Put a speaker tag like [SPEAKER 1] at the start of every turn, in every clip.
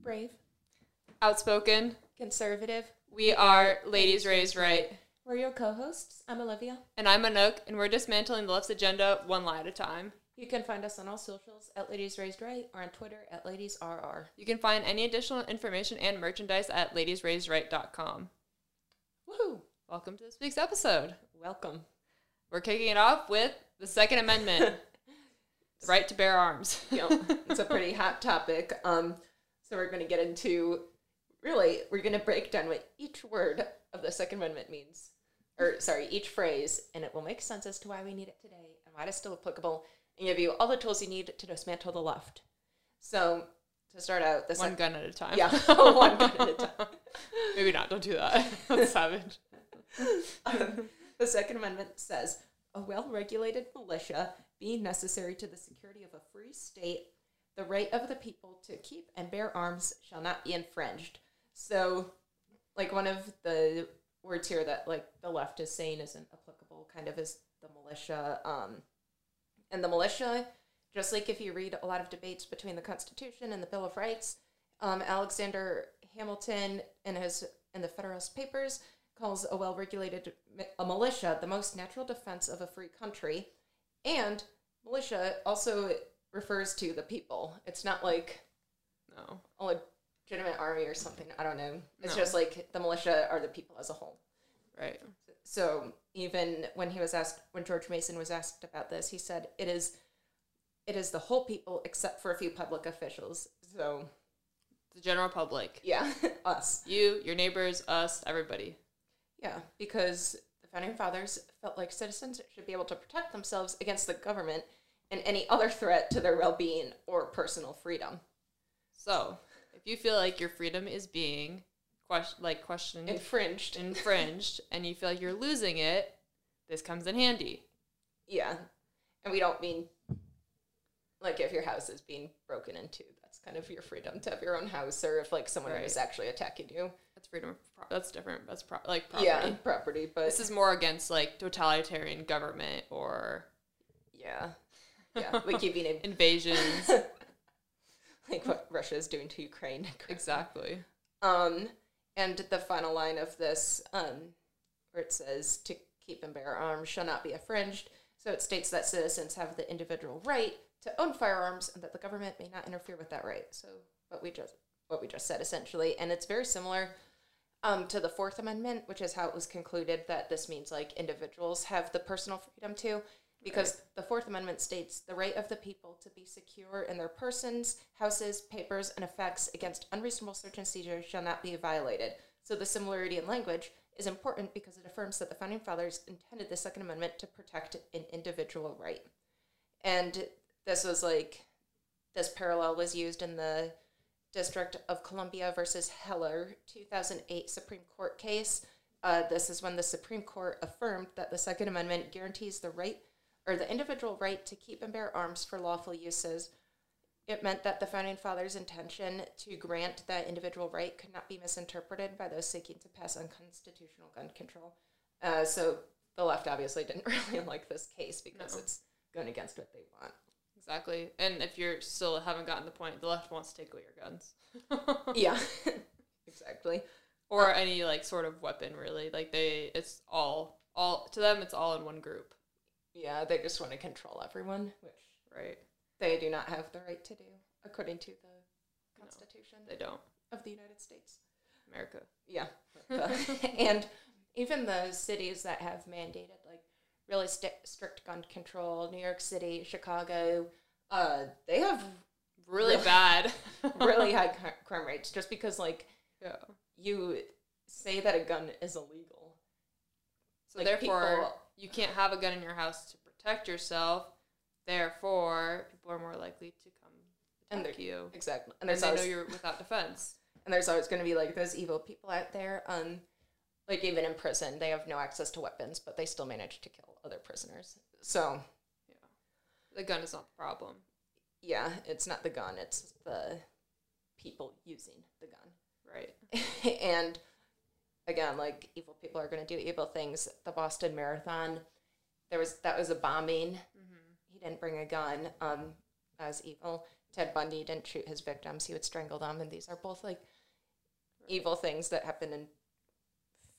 [SPEAKER 1] brave,
[SPEAKER 2] Outspoken.
[SPEAKER 1] conservative.
[SPEAKER 2] We are Ladies Raised Right.
[SPEAKER 1] We're your co hosts. I'm Olivia.
[SPEAKER 2] And I'm Anook, and we're dismantling the left's agenda one lie at a time.
[SPEAKER 1] You can find us on all socials at Ladies Raised Right or on Twitter at Ladies RR.
[SPEAKER 2] You can find any additional information and merchandise at ladiesraisedright.com.
[SPEAKER 1] Woohoo!
[SPEAKER 2] Welcome to this week's episode.
[SPEAKER 1] Welcome.
[SPEAKER 2] We're kicking it off with the Second Amendment the right to bear arms.
[SPEAKER 1] it's a pretty hot topic. Um, so we're going to get into really, we're going to break down what each word of the Second Amendment means, or sorry, each phrase, and it will make sense as to why we need it today and why it is still applicable and give you all the tools you need to dismantle the left. So to start out, the
[SPEAKER 2] One
[SPEAKER 1] second,
[SPEAKER 2] gun at a time.
[SPEAKER 1] yeah, one gun at a time.
[SPEAKER 2] Maybe not. Don't do that. That's savage.
[SPEAKER 1] Um, the Second Amendment says a well regulated militia being necessary to the security of a free state, the right of the people to keep and bear arms shall not be infringed. So, like one of the words here that like the left is saying isn't applicable kind of is the militia. Um, and the militia, just like if you read a lot of debates between the Constitution and the Bill of Rights, um, Alexander Hamilton in his in the Federalist Papers calls a well-regulated mi- a militia the most natural defense of a free country, and militia also refers to the people. It's not like
[SPEAKER 2] No.
[SPEAKER 1] a legitimate army or something. I don't know. It's
[SPEAKER 2] No.
[SPEAKER 1] just like the militia are the people as a whole.
[SPEAKER 2] Right.
[SPEAKER 1] So even when he was asked, when George Mason was asked about this, he said it is, it is the whole people except for a few public officials. So
[SPEAKER 2] The general public.
[SPEAKER 1] yeah, us.
[SPEAKER 2] You, your neighbors, us, everybody.
[SPEAKER 1] Yeah, because the founding fathers felt like citizens should be able to protect themselves against the government and any other threat to their well being or personal freedom.
[SPEAKER 2] So, if you feel like your freedom is being ques- like questioned,
[SPEAKER 1] Infringed.
[SPEAKER 2] infringed, Mm-hmm. and you feel like you're losing it, this comes in handy.
[SPEAKER 1] Yeah. And we don't mean like if your house is being broken into, that's kind of your freedom to have your own house, or if like someone
[SPEAKER 2] Right.
[SPEAKER 1] is actually attacking you.
[SPEAKER 2] That's freedom. Of pro- that's different. That's pro- like property.
[SPEAKER 1] Yeah, property, but
[SPEAKER 2] This is more against like totalitarian government or
[SPEAKER 1] yeah, yeah, like keeping it
[SPEAKER 2] invasions.
[SPEAKER 1] like what Russia is doing to Ukraine.
[SPEAKER 2] exactly.
[SPEAKER 1] Um, and the final line of this, um, where it says, to keep and bear arms shall not be infringed. So it states that citizens have the individual right to own firearms and that the government may not interfere with that right. So what we just what we just said essentially, and it's very similar um, to the Fourth Amendment, which is how it was concluded that this means like individuals have the personal freedom to, because the Fourth Amendment states the right of the people to be secure in their persons, houses, papers, and effects against unreasonable search and seizure shall not be violated. So the similarity in language is important because it affirms that the founding fathers intended the Second Amendment to protect an individual right, and this was like this parallel was used in the District of Columbia versus Heller 2008 Supreme Court case. Uh, this is when the Supreme Court affirmed that the Second Amendment guarantees the right or the individual right to keep and bear arms for lawful uses. It meant that the Founding Fathers' intention to grant that individual right could not be misinterpreted by those seeking to pass unconstitutional gun control. Uh, so the left obviously didn't really like this case because
[SPEAKER 2] No.
[SPEAKER 1] it's going against what they want.
[SPEAKER 2] Exactly. And if you're still haven't gotten the point, the left wants to take away your guns
[SPEAKER 1] yeah, exactly.
[SPEAKER 2] or any like sort of weapon. Really, like they, it's all all to them. It's all in one group,
[SPEAKER 1] Yeah, they just want to control everyone, which
[SPEAKER 2] right?
[SPEAKER 1] they do not have the right to do, according to the
[SPEAKER 2] No.
[SPEAKER 1] Constitution
[SPEAKER 2] They don't.
[SPEAKER 1] of the United States.
[SPEAKER 2] America.
[SPEAKER 1] Yeah. and even the cities that have mandated like really sti- strict gun control, New York City, Chicago, uh, they have
[SPEAKER 2] Really,
[SPEAKER 1] Really-
[SPEAKER 2] bad.
[SPEAKER 1] really high cri- crime rates just because like
[SPEAKER 2] yeah.
[SPEAKER 1] you say that a gun is illegal.
[SPEAKER 2] So
[SPEAKER 1] Like,
[SPEAKER 2] therefore,
[SPEAKER 1] people-
[SPEAKER 2] you can't have a gun in your house to protect yourself. Therefore, people are more likely to come
[SPEAKER 1] And
[SPEAKER 2] attack
[SPEAKER 1] they're-
[SPEAKER 2] you,
[SPEAKER 1] Exactly.
[SPEAKER 2] and they know you're without defense.
[SPEAKER 1] and there's always going to be like those evil people out there um like even in prison they have no access to weapons but they still manage to kill other prisoners so
[SPEAKER 2] The gun is not the problem.
[SPEAKER 1] yeah it's not the gun it's the people using the gun
[SPEAKER 2] Right.
[SPEAKER 1] and again like evil people are going to do evil things the boston marathon there was that was a bombing
[SPEAKER 2] Mm-hmm.
[SPEAKER 1] he didn't bring a gun um as evil Ted Bundy didn't shoot his victims, he would strangle them. And these are both like evil things that happen in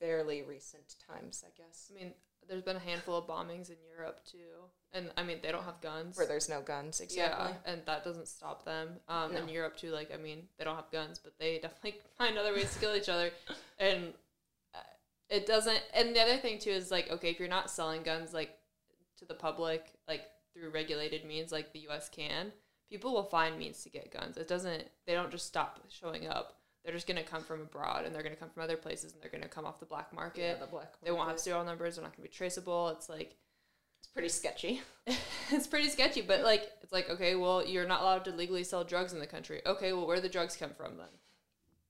[SPEAKER 1] fairly recent times, I guess,
[SPEAKER 2] I mean, there's been a handful of bombings in Europe too, and I mean they don't have guns.
[SPEAKER 1] where there's no guns. Exactly.
[SPEAKER 2] Yeah, and that doesn't stop them. Um, In
[SPEAKER 1] No.
[SPEAKER 2] Europe too, like I mean, they don't have guns, but they definitely find other ways to kill each other, and uh, it doesn't. And the other thing too is like, okay, if you're not selling guns like to the public, like through regulated means, like the U.S. can, people will find means to get guns. It doesn't. They don't just stop showing up. They're just gonna come from abroad, and they're gonna come from other places, and they're gonna come off the black market.
[SPEAKER 1] Yeah, the black.
[SPEAKER 2] They won't have
[SPEAKER 1] market.
[SPEAKER 2] serial numbers. They're not gonna be traceable. It's like
[SPEAKER 1] It's pretty sketchy.
[SPEAKER 2] it's pretty sketchy, but like it's like okay, well you're not allowed to legally sell drugs in the country. Okay, well where do the drugs come from then?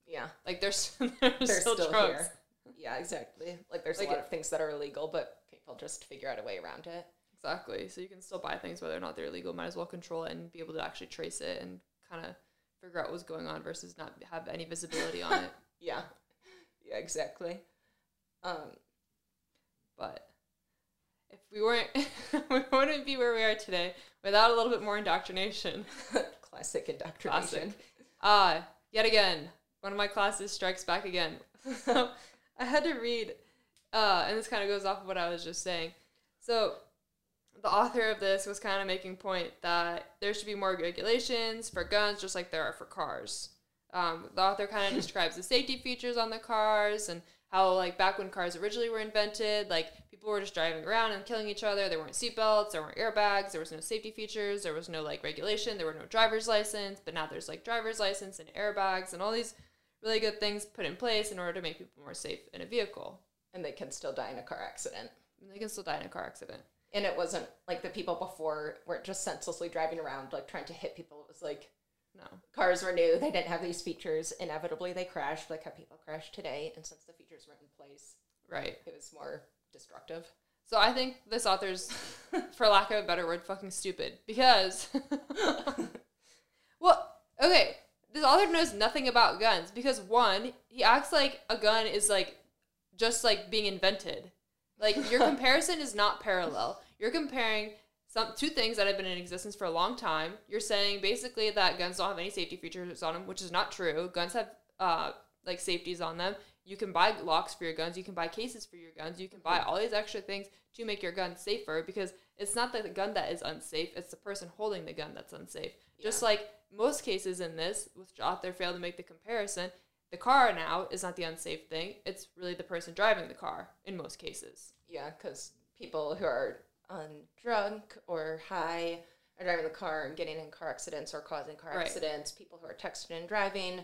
[SPEAKER 1] Yeah,
[SPEAKER 2] Like there's there's
[SPEAKER 1] they're
[SPEAKER 2] still,
[SPEAKER 1] still,
[SPEAKER 2] drugs.
[SPEAKER 1] here. Yeah, exactly. Like there's
[SPEAKER 2] Like
[SPEAKER 1] a lot
[SPEAKER 2] it-
[SPEAKER 1] of things that are illegal, but people just figure out a way around it.
[SPEAKER 2] Exactly. So you can still buy things whether or not they're illegal. Might as well control it and be able to actually trace it and kind of figure out what's going on versus not have any visibility on it.
[SPEAKER 1] Yeah, yeah, exactly. Um,
[SPEAKER 2] But if we weren't, we wouldn't be where we are today without a little bit more indoctrination.
[SPEAKER 1] classic indoctrination.
[SPEAKER 2] Ah, yet again, one of my classes strikes back again. So I had to read, uh, and this kind of goes off of what I was just saying. So the author of this was kind of making point that there should be more regulations for guns, just like there are for cars. Um, the author kind of describes the safety features on the cars and how, like, back when cars originally were invented, like people were just driving around and killing each other. There weren't seatbelts, there weren't airbags, there was no safety features, there was no like regulation, there were no driver's license. But now there's like driver's license and airbags and all these really good things put in place in order to make people more safe in a vehicle.
[SPEAKER 1] And they can still die in a car accident.
[SPEAKER 2] And they can still die in a car accident.
[SPEAKER 1] And it wasn't like the people before were just senselessly driving around, like trying to hit people. It was like
[SPEAKER 2] No.
[SPEAKER 1] cars were new, they didn't have these features. Inevitably, they crashed, like how people crash today. And since the features weren't in place,
[SPEAKER 2] Right.
[SPEAKER 1] it was more destructive.
[SPEAKER 2] So I think this author's, for lack of a better word, fucking stupid. Because, well, okay, this author knows nothing about guns because one, he acts like a gun is like just like being invented. Like your comparison is not parallel. You're comparing some two things that have been in existence for a long time. You're saying basically that guns don't have any safety features on them, which is not true. Guns have uh, like safeties on them. You can buy locks for your guns. You can buy cases for your guns. You can buy all these extra things to make your gun safer because it's not the gun that is unsafe. It's the person holding the gun that's unsafe. Just
[SPEAKER 1] Yeah.
[SPEAKER 2] like most cases in this, which the author failed to make the comparison, the car now is not the unsafe thing. It's really the person driving the car in most cases.
[SPEAKER 1] Yeah, because people who are on drunk or high are driving the car and getting in car accidents or causing car
[SPEAKER 2] Right.
[SPEAKER 1] accidents. People who are texting and driving,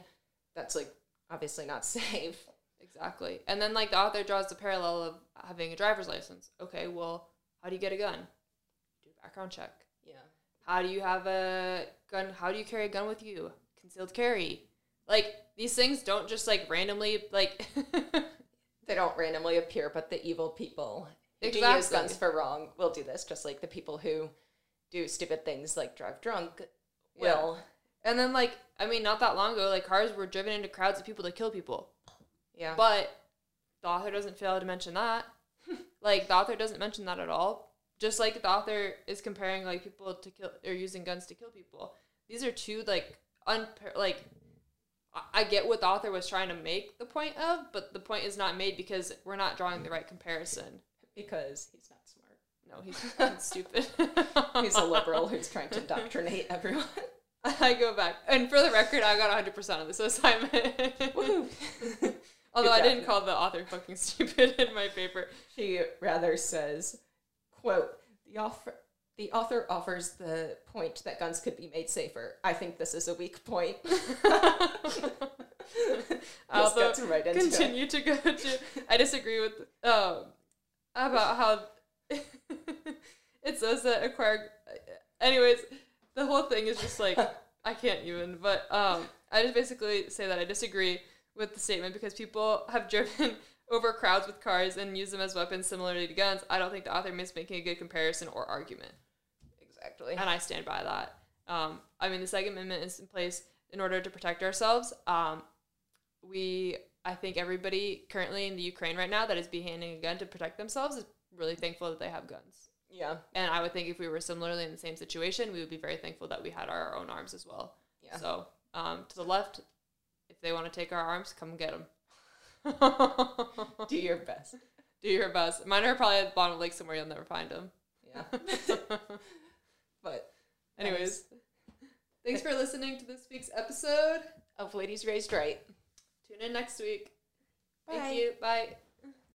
[SPEAKER 1] that's like obviously not safe.
[SPEAKER 2] Exactly. And then like the author draws the parallel of having a driver's license. Okay, well, how do you get a gun? Do a background check.
[SPEAKER 1] Yeah.
[SPEAKER 2] How do you have a gun? How do you carry a gun with you? Concealed carry. Like these things don't just like randomly like
[SPEAKER 1] They don't randomly appear, but the evil people who do use
[SPEAKER 2] Exactly.
[SPEAKER 1] guns for wrong will do this, just like the people who do stupid things like drive drunk
[SPEAKER 2] Yeah.
[SPEAKER 1] will.
[SPEAKER 2] And then like I mean not that long ago like cars were driven into crowds of people to kill people.
[SPEAKER 1] Yeah.
[SPEAKER 2] But the author doesn't fail to mention that. like the author doesn't mention that at all. Just like the author is comparing like people to kill or using guns to kill people. These are two like unpar like I- I get what the author was trying to make the point of, but the point is not made because we're not drawing the right comparison.
[SPEAKER 1] because he's not smart.
[SPEAKER 2] No, he's fucking stupid.
[SPEAKER 1] He's a liberal who's trying to indoctrinate everyone.
[SPEAKER 2] I go back. And for the record, I got 100% on this assignment.
[SPEAKER 1] Woohoo.
[SPEAKER 2] Although I
[SPEAKER 1] job.
[SPEAKER 2] didn't call the author fucking stupid in my paper.
[SPEAKER 1] She rather says, quote, the author, the author offers the point that guns could be made safer. I think this is a weak point. Just
[SPEAKER 2] Although-
[SPEAKER 1] gets right into it.
[SPEAKER 2] continue to go to. I disagree with um, about how it says that acquire. Anyways, the whole thing is just like I can't even. But um, I just basically say that I disagree with the statement because people have driven over crowds with cars and use them as weapons similarly to guns. I don't think the author is making a good comparison or argument
[SPEAKER 1] Exactly.
[SPEAKER 2] and I stand by that. Um, I mean, the Second Amendment is in place in order to protect ourselves. Um, we, I think, everybody currently in the Ukraine right now that is being handing a gun to protect themselves is really thankful that they have guns.
[SPEAKER 1] Yeah.
[SPEAKER 2] And I would think if we were similarly in the same situation, we would be very thankful that we had our own arms as well.
[SPEAKER 1] Yeah.
[SPEAKER 2] So um, to the left, if they want to take our arms, come get them.
[SPEAKER 1] Do your best.
[SPEAKER 2] Do your best. Mine are probably at the bottom of the lake somewhere. You'll never find them.
[SPEAKER 1] Yeah. but
[SPEAKER 2] Anyways, thanks for listening to this week's episode.
[SPEAKER 1] of Ladies Raised Right.
[SPEAKER 2] Tune in next week.
[SPEAKER 1] Bye.
[SPEAKER 2] Thank you. Bye.